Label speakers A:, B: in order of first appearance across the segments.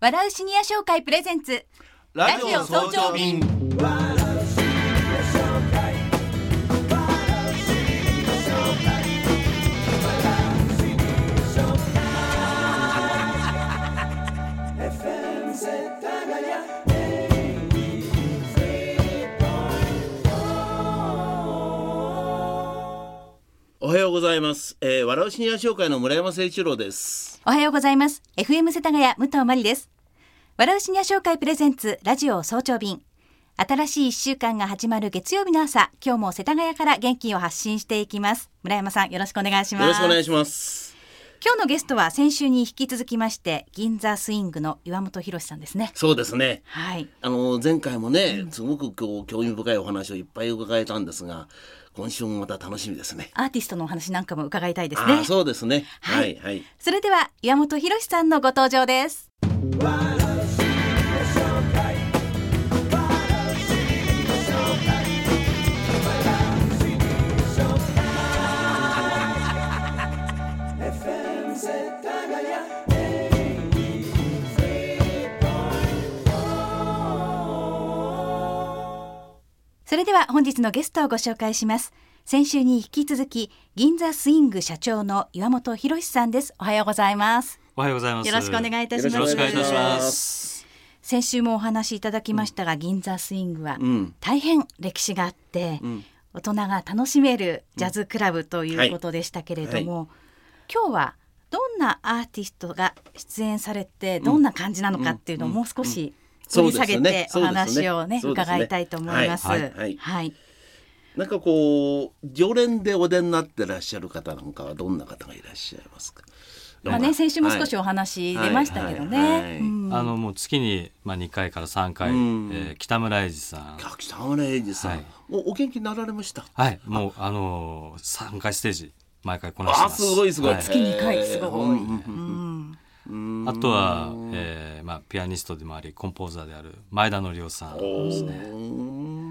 A: 笑うシニア商会プレゼンツラジオ早朝便
B: おはようございます、えー、笑うシニア商会の村山誠一郎です
A: おはようございます FM 世田谷武藤真理です笑うシニア商会プレゼンツラジオ早朝便新しい1週間が始まる月曜日の朝今日も世田谷から元気を発信していきます村山さんよろしくお願いし
B: よ
A: ます
B: ろしくお願いします
A: 今日のゲストは先週に引き続きまして銀座スイングの岩本博さんですね
B: そうですね
A: はい
B: あの前回もねすごくこう興味深いお話をいっぱい伺えたんですが今週もまた楽しみですね
A: アーティストのお話なんかも伺いたいです
B: あ
A: ね
B: あそうですね
A: は
B: はいいはい
A: それでは岩本博さんのご登場ですそれでは本日のゲストをご紹介します先週に引き続き銀座スイング社長の岩本博さんですおはようございます
C: おはようございます。
A: よろしくお願いいたします
C: よろしくお願いいた
B: よろしく
C: し
B: お願いいたしま
C: ますす。
A: 先週もお話しいただきましたが、銀座スイングは
B: うん
A: 大変歴史があって、
B: うん
A: 大人が楽しめるジャズクラブということでしたけれども、今日はどんなアーティストが出演されてどんな感じなのかっていうのをもう少し掘り下げ
B: そうで
A: て
B: す
A: お
B: ね
A: 話をね
B: そうですね
A: 伺いたいと思います。
B: はいはい
A: はい
B: なんかこう常連でお出になってらっしゃる方なんかはどんな方がいらっしゃいますか
A: まあね、先週も少しお話出ましたけど
B: はいはいはい
A: ね。うん
C: あのもう月にまあ二回から三回、え
B: うん
C: ー北村英二さん。
B: はい北村英二さん、
C: はい
B: おお元気になられました
C: はい、もうあのー三回ステージ毎回こなして
B: あ
C: ます。
B: すごいすごい、
C: は
A: 月に回すごい
B: うんうんうん
A: うん
B: うん
C: あとは、えーまあピアニストでもありコンポーザーである前田のりおさんですね。
B: ね。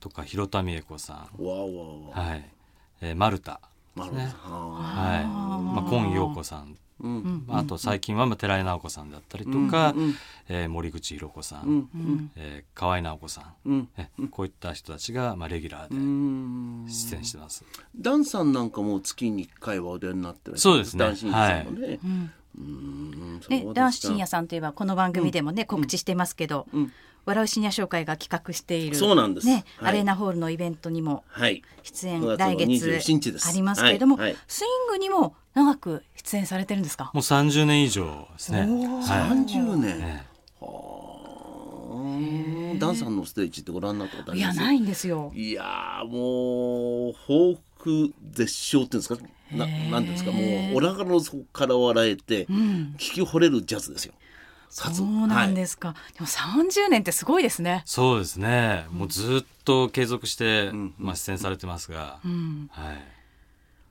C: とか広田美恵子さん。
B: わおわおわ
C: はい。えー、マルタ。
B: お。なるほど。はあ
C: はい。まあ今陽子さん。
B: うん
C: まあ、あと最近はまあ寺井直子さんだったりとか、えー森口博子さん、えー河合直子さん、
B: うん
C: えこういった人たちが、まあ、レギュラー
B: う
C: で
B: ん。
C: 出演してます、
B: ダンさんなんかもう月に一回はお出になってる。
C: そうですね
B: ダンシンさんもね。うん。そうです
A: ね、
B: か
A: 男子深夜さんといえばこの番組でもね、告知してますけど、
B: ん
A: 笑う深夜紹介が企画している
B: そうなんです
A: ね
B: はい
A: アレーナホールのイベントにも
B: はい。
A: 出演
B: 9月の
A: 来月
B: 27日です
A: ありますけれども、
B: はいはい
A: スイングにも長く出演されてるんですか
C: もう30年以上ですね、は
B: 三十
C: い
B: 年。
C: ね
B: はあ。ダンさんのステージってご覧になったことあ
A: い
B: りま
A: や
B: す。
A: ないんですよ
B: いやーもう報復絶唱っていうんですかななんていうんですかもうお腹の底から笑えて、聞き惚れるジャズですよ。かつ。
A: そうなんですすか、でも30年ってすごいですね
C: そうですねもうずっと継続して、まあ、出演されてますが、はい、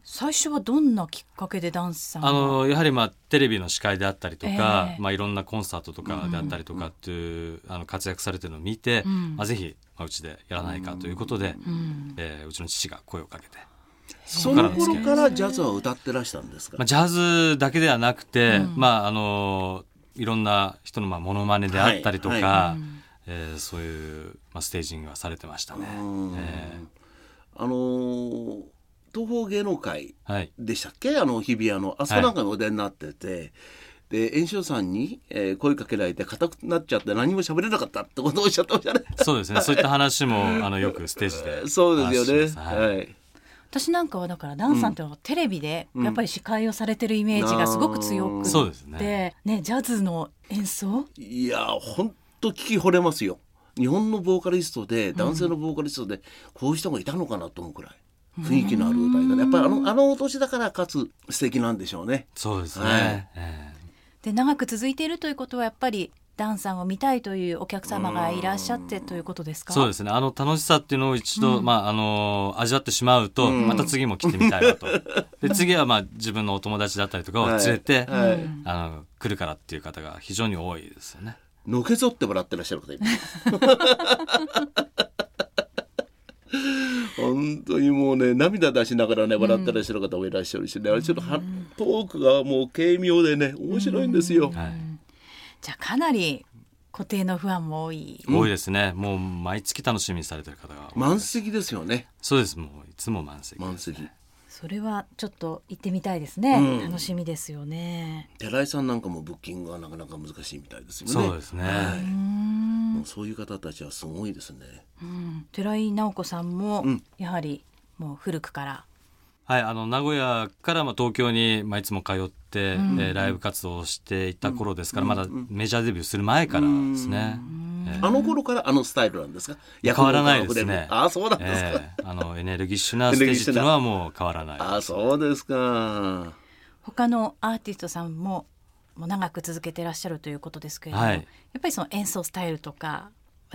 A: 最初はどんなきっかけでダンスさんが
C: あのやはり、まあ、テレビの司会であったりとか、
A: ええ
C: まあ、いろんなコンサートとかであったりとかっていう、あの活躍されてるのを見て、
A: ん
C: まあ、ぜひ、まあ、うちでやらないかということで、
A: うん
C: えーうちの父が声をかけて、
B: その頃からジャズは歌ってらしたんですか
C: まあ、。ジャズだけではなくて、まああのいろんな人のまあモノマネであったりとか、
B: はいは
C: えーそういう、まあ、ステージングはされてましたね。
B: うん
C: えー
B: あのー東方芸能会
C: はい、
B: でしたっけあの日比谷のあそこなんかにお出になってて、で円翔さんに、えー声かけられて硬くなっちゃって何も喋れなかったってことをおっしゃってましたね。
C: そうですねそういった話もあのよくステージ で
B: そうです
C: 話し
B: よ
C: ます
B: ね。
C: はい
B: はい
A: 私なんかはだからダンスさんっていうのはテレビでやっぱり司会をされてるイメージがすごく強くって、
C: そうですね
A: ねジャズの演奏
B: いやーほんと聞き惚れますよ日本のボーカリストで男性のボーカリストでこういう人がいたのかなと思うくらい雰囲気のある歌い方やっぱりあのあのお年だからかつ素敵なんでしょうね
C: そうですね、
B: はい
C: え
A: で長く続いているということはやっぱりダンさんを見たいというお客様がいらっしゃってということです
C: ー
A: か
C: そうですねあの楽しさっていうのを一度、まああの味わってしまうと、また次も来てみたい なとで次は、まあ、自分のお友達だったりとかを連れて、
B: はいはい
C: あの来るからっていう方が非常に多いですよね。
B: のけぞってもらってらっしゃる方います 本当にもうね涙出しながらね笑ってらっしゃる方もいらっしゃるしね、あれちょっとはトークがもう軽妙でね面白いんですよ、
C: はい
A: じゃあかなり固定のファンも多い。
C: 多いですね、もう毎月楽しみにされてる方が多い
B: 満席ですよね
C: そうですもういつも満席
B: 満席
A: それはちょっと行ってみたいですね。
B: うん
A: 楽しみですよね。
B: 寺井さんなんかもブッキングがなかなか難しいみたいですよね
C: そうですね
B: は
A: うー
B: い
A: ん
B: もうそういう方たちはすごいですね
A: うん、寺井直子さんも
B: うん
A: やはりもう古くから、
C: はい、あの名古屋からまあ東京に、まあ、いつも通って、
A: うん
C: えーライブ活動をしていた頃ですから、まだメジャーデビューする前からですね、え
B: あの頃からあのスタイルなんですか
C: 変わらないです
B: 役
C: ね
B: 割感あふれるあそうなんですか、
C: えーあのエネルギッシュなステージっていうのはもう変わらない
B: あそうですか
A: 他のアーティストさんももう長く続けてらっしゃるということですけれども、
C: はい
A: やっぱりその演奏スタイルとか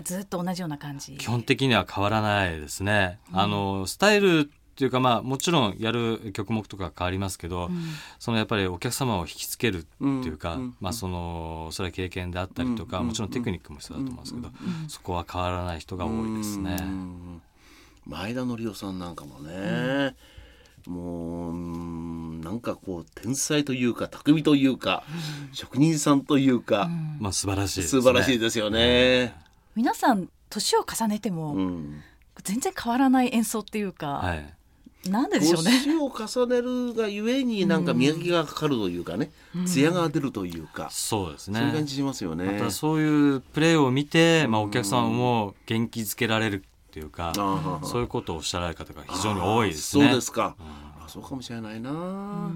A: ずっと同じような感じ
C: 基本的には変わらないですね。あのスタイルっていうかまあもちろんやる曲目とか変わりますけど、そのやっぱりお客様を引きつけるっていうか、
B: うんうん
C: まあそのそれは経験であったりとか、
B: うん
C: もちろんテクニックも必要だと思うんですけど、そこは変わらない人が多いですね。
B: うん前田紀夫さんなんかもね、もううんなんかこう天才というか匠というか、職人さんというか、
C: まあ素晴らしいですね。
B: 素晴らしいですよね。
A: 皆さん年を重ねて
B: う
A: も
B: ん、
A: 全然変わらない演奏っていうか、
C: はい。
A: なんででしょうね。
B: 年を重ねるがゆえになんか磨きがかかるというかね、艶が出るというか、
C: そうで
B: そ
C: す
B: ういう感
C: ね。
B: じしますよね。
C: またそういうプレーを見て、まあお客様も元気づけられるっていうか、
B: ああ
C: そういうことをおっしゃられる方が非常に多いですね。
B: そうですか。あそうかもしれないな。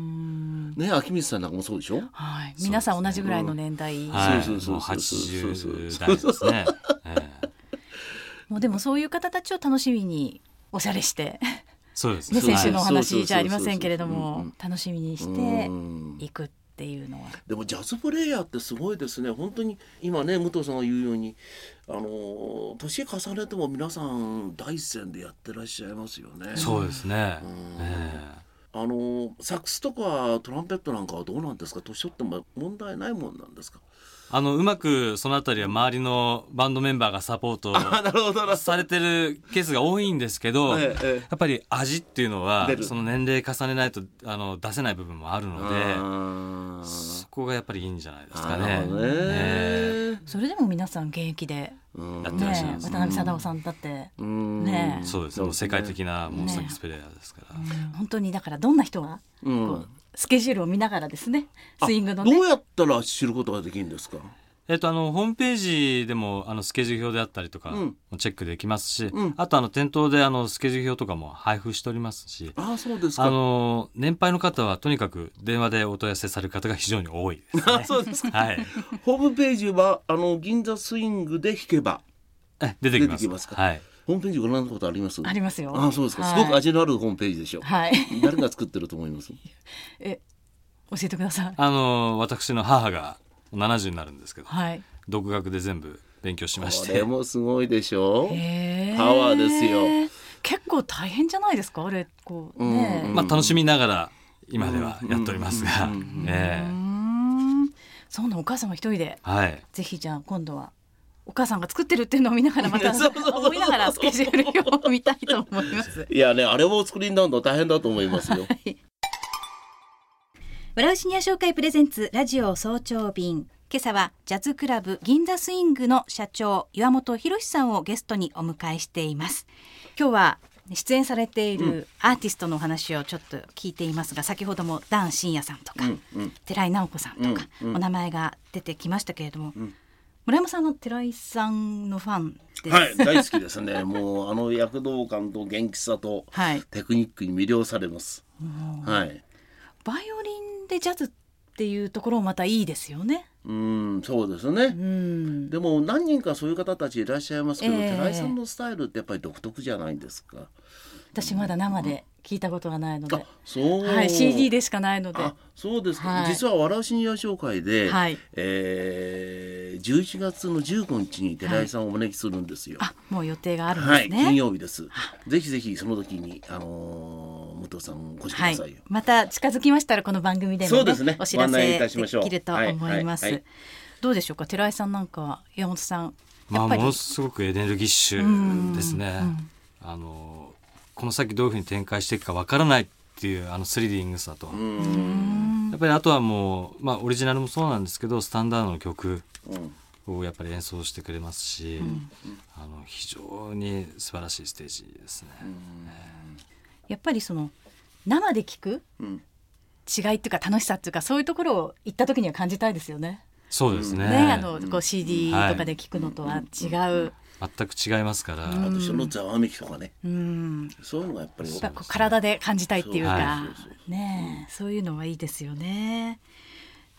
B: ね、秋光さんなんかもそうでしょ。
A: はい、皆さん同じぐらいの年代、
C: はい、
B: そうそうそうそう
C: もう
B: そう
C: 80代で
B: そう
C: すね。ええ
A: もうでもそういう方たちを楽しみにおしゃれして、
C: そうです
A: ね、
B: そう
A: 先
B: そう
A: 週の
C: はい
A: お話じゃありませんけれど
B: そうそうそうそうう
A: も
B: んうん
A: 楽しみにし
B: う
A: て
B: ん
A: いくっていうのは
B: でもジャズプレイヤーってすごいですね本当に今ね武藤さんが言うようにあの年重ねても皆さん第一線でやってらっしゃいますよね
C: そうですね。え
B: あのサックスとかトランペットなんかはどうなんですか年取っても問題ないもんなんですか
C: えあのうまくそのあたりは周りのバンドメンバーがサポート
B: あなるほどな
C: されてるケースが多いんですけど、
B: ええええ
C: やっぱり味っていうのは
B: 出る
C: その年齢重ねないとあの出せない部分もあるので、
B: あー
C: そこがやっぱりいいんじゃないですか
B: あ
C: ね。
B: なるほど
C: ええ
B: ね
A: それでも皆さん現役で、
B: うん
C: やってらっしゃい
A: ね
C: ま、す
A: 渡辺貞夫さんだって、
B: うん
A: ねえ
C: そうですね。もう世界的なモンスタースプレイヤーですから。
A: 本当にだからどんな人が
B: うん
A: こうスケジュールを見ながらですね
B: あ
A: スイングの
B: ど
A: ね
B: うやったら知ることができるんですか
C: えっと、あの、ホームページでも、あの、スケジュール表であったりとか
B: うん、
C: チェックできますし、
B: うん
C: あと、あの、店頭で、あの、スケジュール表とかも配布しておりますし、
B: ああそうですか
C: あの、年配の方は、とにかく、電話でお問い合わせされる方が非常に多いです ね。
B: あ そうですか
C: はい。
B: ホームページはあの銀座スイングで弾けば
C: え出てきま
B: 出て
C: す。
B: きますか
C: はい。
B: ホームページご覧のことあります
A: ありますよ
B: あそうですか、
A: はい
B: すごく味のあるホームページでしょう、
A: はい
B: 誰が作ってると思います
A: え教えてください
C: あの、私の母が70になるんですけど、
A: はい
C: 独学で全部勉強しまし
B: こ
C: て
B: れ、もすごいでしょう、
A: へ
B: パワーですよ
A: 結構大変じゃないですかあれこうね
B: うん
C: まあ、楽しみながら、今ではやっておりますが
B: うんうん、
A: う
C: え
A: ー
C: え
A: んそうなのお母様一人で
C: はい。
A: ぜひじゃあ今度はお母さんが作ってるっていうのを見ながらまた
B: そうそうそう
A: 思いながらスケジュールを見たいと思います。
B: いやねあれをお作りになるの大変だと思いますよ
A: 笑うシニア紹介プレゼンツラジオ早朝便今朝はジャズクラブ銀座スイングの社長岩本博さんをゲストにお迎えしています今日は出演されているアーティストのお話をちょっと聞いていますが、先ほどもダン真也さんとか、寺井直子さんとか、お名前が出てきましたけれども、村山さんは寺井さんのファン です、
B: はい大好きですねもうあの躍動感と元気さと
A: はい
B: テクニックに魅了されます、はい
A: バイオリンでジャズっていうところもまたいいですよね
B: うんそうですね、
A: うん
B: でも何人かそういう方たちいらっしゃいますけど、
A: ええ
B: 寺井さんのスタイルってやっぱり独特じゃないんですか。
A: 私まだ生で聞いたことがないので、
B: あ、そう。
A: はい、CD でしかないので。
B: あ、そうですか。
A: はい
B: 実は笑うシニア紹介で、
A: はい
B: えー11月の15日に寺井さんをお招きするんですよ。
A: あ、もう予定があるん
B: は
A: です
B: い、
A: ね。
B: 金曜日です。ぜひぜひその時にあのー武藤さんお越しく
A: は
B: だ
A: い
B: さいよ。
A: また近づきましたらこの番組で
B: そ
A: も
B: うです
A: ね
B: ね
A: お知ら
B: ご案内
A: せ
B: い
A: で
B: たしましょう
A: きると思います、
B: はいはいはい
A: どうでしょうか寺井さんなんかは山本さん
C: ま
A: や
C: あ、
A: っぱ
C: も
A: り、
C: のすごくエネルギッシュですね。あのこの先どういうふうに展開していくかわからないっていうあのスリリングさと、
B: うん。
C: やっぱりあとはもう、まあ、オリジナルもそうなんですけどスタンダードの曲
B: うん
C: をやっぱり演奏してくれますし、あの非常に素晴らしいステージですね。
A: やっぱりその生で聞く
B: うん
A: 違いっていうか楽しさっていうかそういうところを行った時には感じたいですよね。
C: そうですね
A: ね、あのこう CD とかで聞くのとは違う。
C: 全く違いますから、
B: あとそのざわめきとかね、
A: うん。
B: そういうのがやっぱり
A: やっぱこう体で感じたいっていうか
B: そうそうそ、
A: ねえ、そういうのはいいですよね。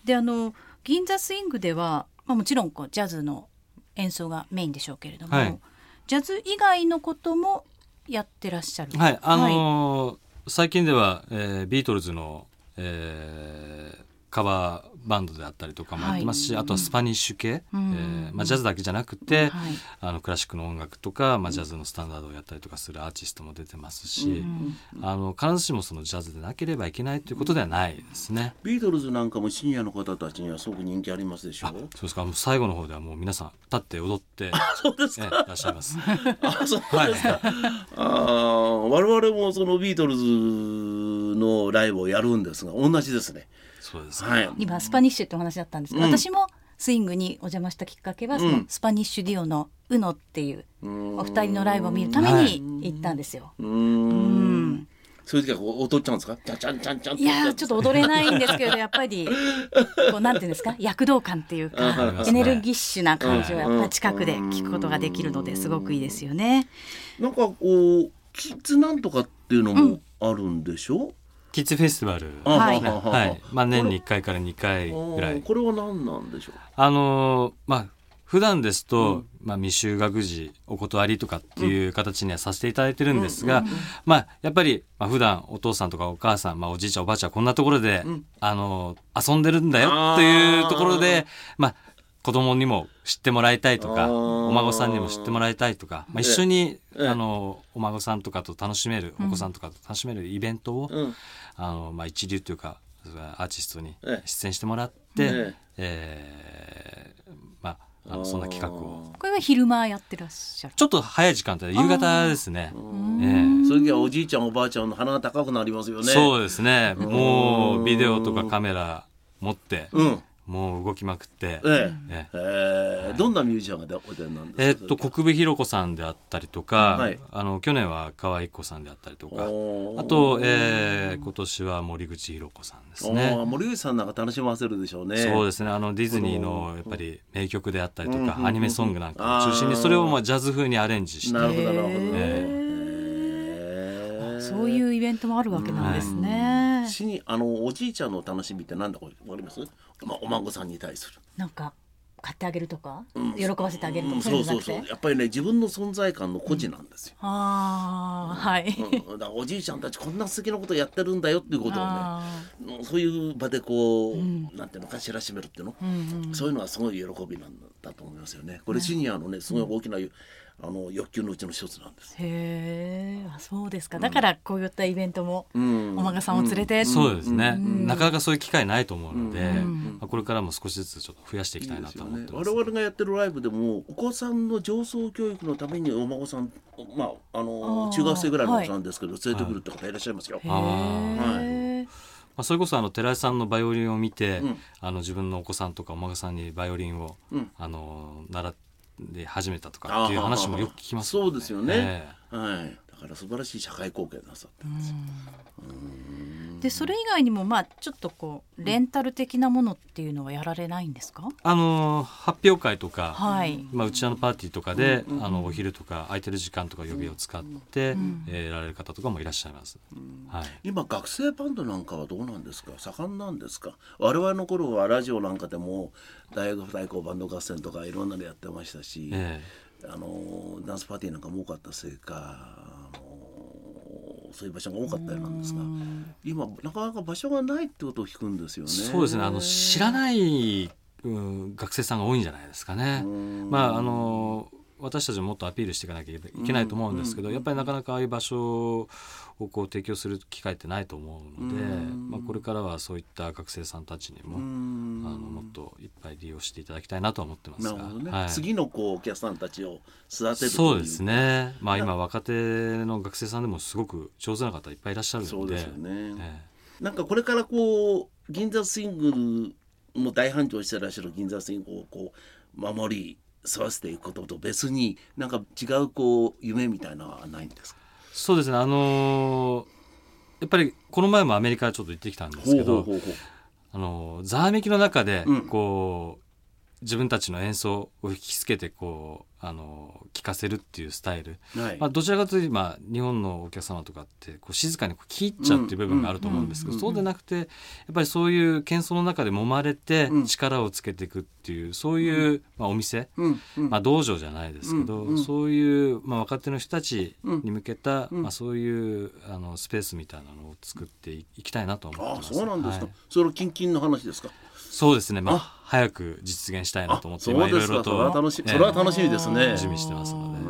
A: で、あの銀座スイングでは、まあもちろんこうジャズの演奏がメインでしょうけれども、
C: はい
A: ジャズ以外のこともやってらっしゃる。
C: はい、あのー最近では、えービートルズの、えーカバーバンドであったりとかもやってますし、あとはスパニッシュ系、
A: うん
C: えーまあ、ジャズだけじゃなくて、
A: はい
C: あのクラシックの音楽とか、まあ、ジャズのスタンダードをやったりとかするアーティストも出てますし、あの必ずしもそのジャズでなければいけないということではないですね。
B: ビートルズなんかもシニアの方たちにはすごく人気ありますでしょ
C: あそうですかもう最後の方ではもう皆さん立って踊って、
B: そうです
C: ええい
B: か、
C: らっしゃいます。
B: あそう
C: はい、
B: あー我々もそのビートルズのライブをやるんですが同じですね
C: そうですか、
B: はい
A: 今スパニッシュってお話だったんですけど、
B: うん
A: 私もスイングにお邪魔したきっかけは、そうの
B: ん
A: スパニッシュディオのウノっていうお
B: お
A: 二人のライブを見るために行ったんですよ。
B: うー
A: うん
B: んそういう時はこう踊っちゃうんですかちゃんちゃんちゃんちゃん
A: いやーちょっと踊れないんですけどやっぱりこうなんていうんですか躍動感っていう
B: あはい
A: か
C: はい
A: エネルギッシュな感じをやっぱり近くで聞くことができるのですごくいいですよね。
B: なんかこうキッズなんとかっていうのもあるんでしょ、
C: キッズフェスティバル。
B: あ
A: はい
B: はは
C: はい、まあ年に1
B: こ
C: 回から2回
B: れ
C: ぐら
B: あー
C: い
B: これは何なんでしょう
C: あのーまあ普段ですと、まあ、未就学児お断りとかっていう形にはさせていただいてるんですが、まあ、やっぱり、まあ普段お父さんとかお母さん、まあ、おじいちゃんおばあちゃんこんなところで、あのー遊んでるんだよっていうところでまあ、子供にも知ってもらいたいと
B: あ
C: か
B: ー
C: お孫さんにも知ってもらいたいとか、まあ、一緒に、
B: ええ
C: あのーお孫さんとかと楽しめるお子さんとかと楽しめるイベントを、
B: うん
C: あのまあ、一流というかアーティストに
B: ええ
C: 出演してもらって、
B: え
C: えーまああ
B: あ
C: の
B: ー
C: そんな企画を
A: これは昼間やってらっしゃる。
C: ちょっと早い時間帯で夕方ですね、ええ
B: そういう時はおじいちゃんおばあちゃんの鼻が高くなりますよね
C: そううですねもうビデオとかカメラ持って、
B: うん
C: もう動きまくって、
B: ええ
C: ええ
B: えーどんなミュージシャンがお出になんですか
C: えーっと国分弘子さんであったりとか、
B: はい
C: あの去年は河合子さんであったりとか
B: おー
C: あと、えー今年は森口博子さんですね
B: あー。森内さんなんか楽しませるでしょうね。
C: そうですねあのディズニーのやっぱり名曲であったりとか、アニメソングなんかを中心
B: あ
C: に
B: ー
C: それをまあジャズ風にアレンジして
B: なるほどなるほど。
A: へ
B: へー
A: そういうイベントもあるわけなんですね。
B: 死にあのおじいちゃんの楽しみってなんだこれわかります？まあお孫さんに対する。
A: なんか買ってあげるとか、喜ばせてあげると
B: うん
A: か
B: そ
A: じ
B: う
A: ゃ
B: そ
A: な
B: う
A: く
B: そう
A: て。
B: やっぱりね自分の存在感の孤児なんですよ。
A: ああはい。
B: うんだからおじいちゃんたちこんな素敵なことやってるんだよっていうことをね。
A: あー
B: うんそういう場でこう、なんていうのか知らしめるっていうの、
A: ん
B: そういうのはすごい喜びなんだと思いますよね。これシニアのねすごい大きな、あの欲求のうちの一つなんです。
A: へえ、あそうですか。だからこういったイベントも、
B: ん
A: お孫さんを連れて、
C: そうですね、なかなかそういう機会ないと思うので、まあ、これからも少しずつちょっと増やしていきたいなと思ってます。
B: 我々がやってるライブでもお子さんの上層教育のためにお孫さん、まあ、あの
A: あー
B: 中学生ぐらいのお子さんですけど、連れてくるって方いらっしゃいますよ。
A: へ
B: は
A: え、
C: まあ、それこそあの寺井さんのバイオリンを見て、
B: ん
C: あの自分のお子さんとかお孫さんにバイオリンを、
B: うん
C: あの習い始めたとかっていう話もよく聞きます
B: あー
C: もん
B: そうですよね
C: え、え
B: はい、だから素晴らしい社会貢献なさってます、
A: でそれ以外にもまあちょっとこうレンタル的なものっていうのはやられないんですか？
C: あの発表会とか、
A: はい。
C: まあ、うちわのパーティーとかで、あのお昼とか空いてる時間とか予備を使って、えーやられる方とかもいらっしゃいます。はい
B: 今学生バンドなんかはどうなんですか盛んなんですか我々の頃はラジオなんかでも大学対抗バンド合戦とかいろんなのやってましたし、
C: え
B: あのダンスパーティーなんかも多かったせいかあのそういう場所が多かったようなんですが今なかなか場所がないってことを聞くんですよ
C: え
B: ね。
C: そうですねあの知らない、うん、学生さんが多いんじゃないですかね。まああの私たちももっとアピールしていかなきゃいけないと思うんですけど、やっぱりなかなかああいう場所をこう提供する機会ってないと思うので、まあ、これからはそういった学生さんたちにも、あのもっといっぱい利用していただきたいなとは思ってます
B: な
C: が。
B: るほどね、
C: はい
B: 次のこうお客さんたちを育てる
C: そうです
B: ね。
C: ね、まあ、今若手の学生さんでもすごく上手な方いっぱいいらっしゃるので
B: そうですよね
C: ええ
B: なんかこれからこう銀座スイングも大繁盛してらっしゃる銀座スイングをこう守り育てていくことと別になんか違うこう夢みたいなのはないんですか
C: そうですねあのーやっぱりこの前もアメリカちょっと行ってきたんですけど
B: ほうほう
C: あのざわめきの中で
B: うん
C: こう、自分たちの演奏を引きつけてこうあの聴かせるっていうスタイル、
B: ほうはい、
C: まあ、どちらかというと今日本のお客様とかってこう静かにこう聴いちゃうっていう部分があると思うんですけど、
B: うん
C: そうでなくてやっぱりそういう喧騒の中で揉まれて
B: うん
C: 力をつけていくっていうそういう、まあ、お店、
B: うんうん
C: まあ、道場じゃないですけど、
B: うんうん
C: そういう、まあ、若手の人たちに向けた、
B: うん
C: まあ、そういうあのスペースみたいなのを作っていきたいなと思って
B: あ
C: ま
B: あ
C: す。
B: そうなんですか、
C: はい
B: それキンキンの話ですか
C: そうですね、まあ、
B: あ
C: 早く実現したいな
B: あ
C: と思って、
B: そ
C: 今
B: う
C: い
B: で
C: ろい
B: す
C: ろ
B: か
C: と
B: それは楽しみ、
C: ええ
B: それは楽しみですね
A: 楽し
C: 準
A: み
C: 備してますので、
B: う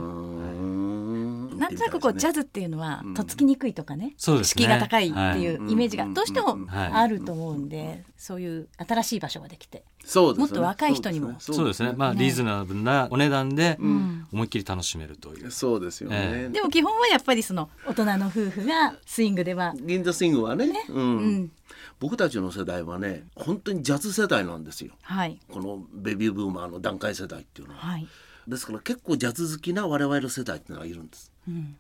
B: ーん
A: なんとなくこうジャズっていうのはとっつきにくいとかね、
C: そうです
A: 敷
C: ね
A: 居が高いってい
B: は
A: う
B: い
A: イメージがどうしても
C: はい
A: あると思うんで、そういう新しい場所ができて、
B: そうですね
A: もっと若い人にも
C: そうですね、まあ、
A: ね
C: リーズナブルなお値段で
A: ん
C: 思いっきり楽しめるという、
B: そうですよね、
C: え
A: でも基本はやっぱりその大人の夫婦がスイングでは、
B: 銀座スイングはねうん
A: うん、
B: 僕たちの世代はね本当にジャズ世代なんですよ
A: はい
B: このベビーブーマーの段階世代っていうのは
A: はい、
B: ですから結構ジャズ好きな我々の世代っていうのがいるんです
A: うん、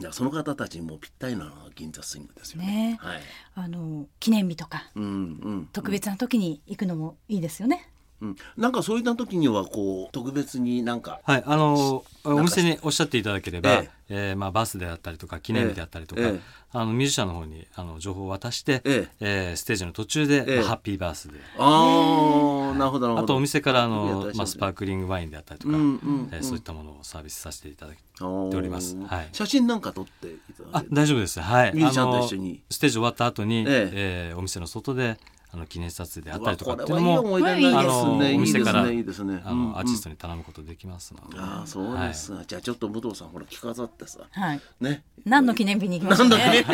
B: いやその方たちにもぴったりなのが銀座スイングですよね
A: ね
B: はい
A: あの記念日とか
B: うんうん
A: 特別な時に行くのもいいですよね。
B: うん、なんかそういった時にはこう特別になんか
C: はい、あのお店におっしゃっていただければ、
B: え
C: えーまあ、バースデーだったりとか記念日であったりとか、
B: ええ
C: あのミュージシャンの方にあの情報を渡して、え
B: ええ
C: ーステージの途中で、
B: ええ
C: まあハッピーバースデー
B: ああなるほどなるほど
C: あとお店からあ
B: やった
C: の
B: りし、
C: ま
B: ま
C: あ、
B: す
C: ス
B: ね
C: パークリングワインであったりとか、
B: うんうん
C: えーそういったものをサービスさせていただいて
B: お
C: おりますはい
B: 写真なんか撮っていただ
C: あ
B: ける
C: 大丈夫ですはい
B: ミュージシャンと一緒に
C: あのステージ終わった後に、
B: え
C: えーお店の外であの記念撮影であったりとか
B: う
C: っ
B: わ
C: て
B: こ
C: いう
B: れは
C: の
B: いい
C: も
B: 思い出になります
C: あ
B: ね
C: の
B: いいです
C: お店から
B: ねいいですね
C: あの、アーティス
B: ト
C: トに頼むことできますので
B: ああそうです、じゃあちょっと武藤さんほら着飾ってさ
A: はい、
B: ね
A: 何の記念日に行きましょうね。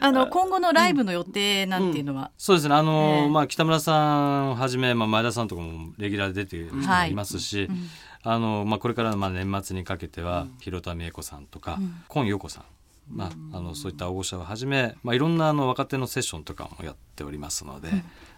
A: あの今後のライブの予定なんていうのは、
C: そうですね、あの
A: ええ
C: まあ、北村さんをはじめ、まあ、前田さんとかもレギュラーで出てる人もいますし、あのまあ、これから、まあ、年末にかけては、広田美恵子さんとか、今陽子さん、まあ、あのそういった大御所をはじめ、まあ、いろんなあの若手のセッションとかもやっておりますので、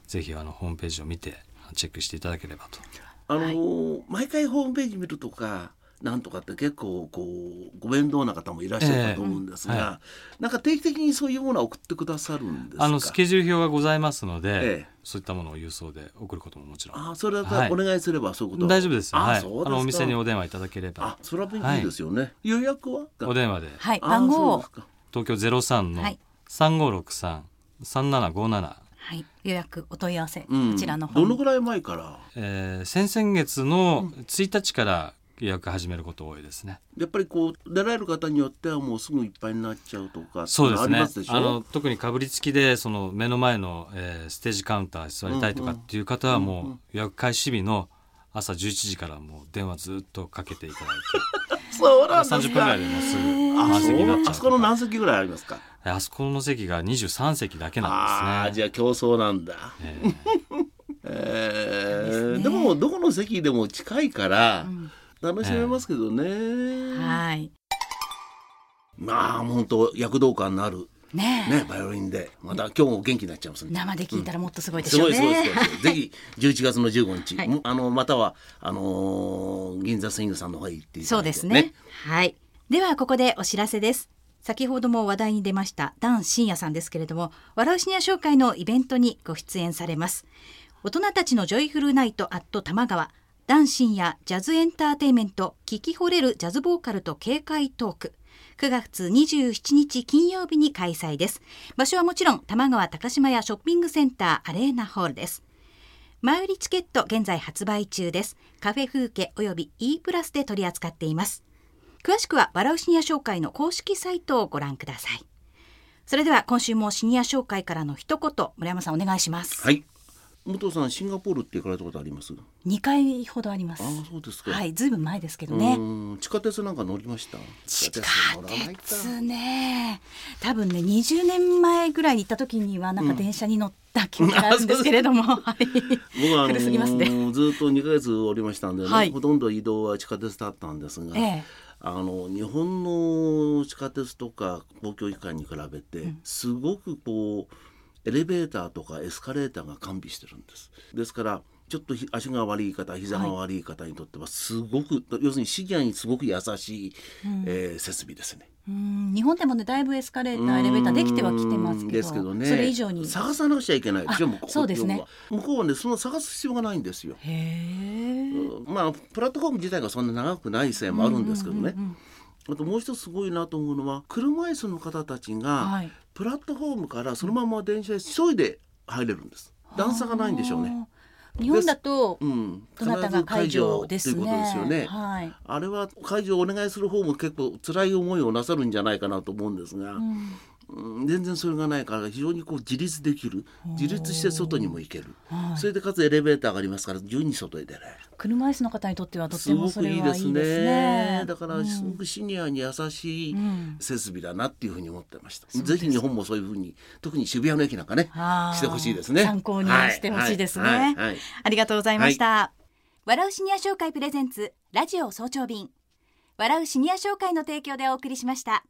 C: ぜひあのホームページを見てチェックしていただければと。
B: あのー毎回ホームページ見るとかなんとかって結構こうご面倒な方もいらっしゃるかと思うんですが、
C: ええうんは
B: なんか定期的にそういうものは送ってくださるんですか
C: あのスケジュール表がございますので、
B: ええ
C: そういったものを郵送で送ることももちろん
B: あそれ
C: は
B: だ
C: い
B: とお願いすればそういうことは
C: 大丈夫ですよ
B: あ、
C: はい、あ
B: そうですか
C: のお店にお電話いただければ
B: あそれは便利ですよね、予約は
C: お電話で
A: はい、
B: あ
A: 番号
B: そう
A: を
B: ですか
C: 東京ゼロ三の
A: はい
C: 三五六三三七五七。
A: はい、予約お問い合わせ、
B: うん
A: こちらの方
B: どのぐらい前から
C: えー先々月の一日から予約始めること多いですね。
B: やっぱりこう出られる方によってはもうすぐいっぱいになっちゃうとか
C: そうです
B: あり
C: ね
B: ますで。しょ
C: あの特にかぶりつきでその目の前の、えーステージカウンターに座りたいとかっていう方はもう予約開始日の朝11時からもう電話ずっとかけていただい
B: そうなん
C: て
B: ですか
C: 30分ぐらいでもうすぐ
B: あ
C: 満席になっちゃ
B: そう
C: うとか
B: あそこの何席ぐらいありますか
C: あそこの席が23席だけ
B: あ
C: な
B: あ
C: ん
B: ー
C: ですね。
B: じゃあ競争なんだ
C: えー
A: そうです
B: えー
A: ね
B: でもどこの席でも近いから楽しめますけどね、
A: はい
B: まあ本当躍動感のある
A: ねえ
B: ねバイオリンでまた今日も元気になっちゃいますね
A: 生で聞いたらもっとすごいですしょう
B: ごい
A: ね、
B: すごいすごいすごいぜひ11月の15日、
A: はい
B: もあのまたはあのー銀座スイングさんの方へ行っていただいて
A: そうですねはいではここでお知らせです先ほども話題に出ましたダン深夜さんですけれども笑うシニア商会のイベントにご出演されます大人たちのジョイフルナイトアット玉川ダン深夜ジャズエンターテイメント聞き惚れるジャズボーカルと警戒トーク9月27日金曜日に開催です場所はもちろん玉川高島屋ショッピングセンターアレーナホールです前売りチケット現在発売中ですカフェ風景および e プラスで取り扱っています詳しくは笑うシニア商会の公式サイトをご覧くださいそれでは今週もシニア商会からの一言村山さんお願いします、
B: はい武藤さんシンガポールって行かれたことあります
A: 2回ほどあります
B: ああそうですか
A: はいずいぶん前ですけど
B: う
A: ね
B: ーん地下鉄なんか乗りました地下鉄乗らないか
A: ですね多分ね20年前ぐらいに行った時にはなんか電車に乗った記憶があるんですけれ ども、はい
B: 僕はあの
A: 古すぎますね
B: ずっと2ヶ月おりましたんでね、
A: はい
B: ほとんど移動は地下鉄だったんですが、
A: ええ
B: あの日本の地下鉄とか公共機関に比べてすごくこうエレベーターとかエスカレーターが完備してるんです。ですからちょっとひ足が悪い方膝が悪い方にとってはすごく、要するにシニアにすごく優しい、えー設備ですね。
A: うん日本でもねだいぶエスカレーターエレベーターできてはきてますけど
B: ですけどね
A: それ以上に
B: 探さなくちゃいけないでしょ
A: あ
B: 向こう
A: そうですね
B: 要は向こうはねその探す必要がないんですよ。
A: へえ
B: まあプラットフォーム自体がそんな長くないせいもあるんですけどね。あともう一つすごいなと思うのは車椅子の方たち
A: は
B: が
A: い
B: プラットフォームからそのまま電車へ急いで入れるんです。段差がないんでしょうね。
A: あー日本だと
B: うん、
A: どなたが解除です
B: 必ず解除ということですよ
A: ね
B: ね。
A: はい
B: あれは解除をお願いする方も結構辛い思いをなさるんじゃないかなと思うんですが、うん全然それがないから非常にこう自立できる自立して外にも行ける、それでかつエレベーターがありますから順に外へ出られる。
A: 車椅子の方にとってはとて
B: す
A: も
B: ご
A: そ
B: く
A: れ
B: いい
A: は
B: で
A: い
B: す
A: いですね
B: ね。だからすごくシニアに優しい設備だなっていうふうに思ってました。ぜひ日本もそういうふうに特に渋谷の駅なんかね
A: あー
B: してほしいですね。
A: 参考にしてほしいですね、
B: ははいはいはい
A: ありがとうございました、笑うシニア商会プレゼンツラジオ早朝便笑うシニア商会の提供でお送りしました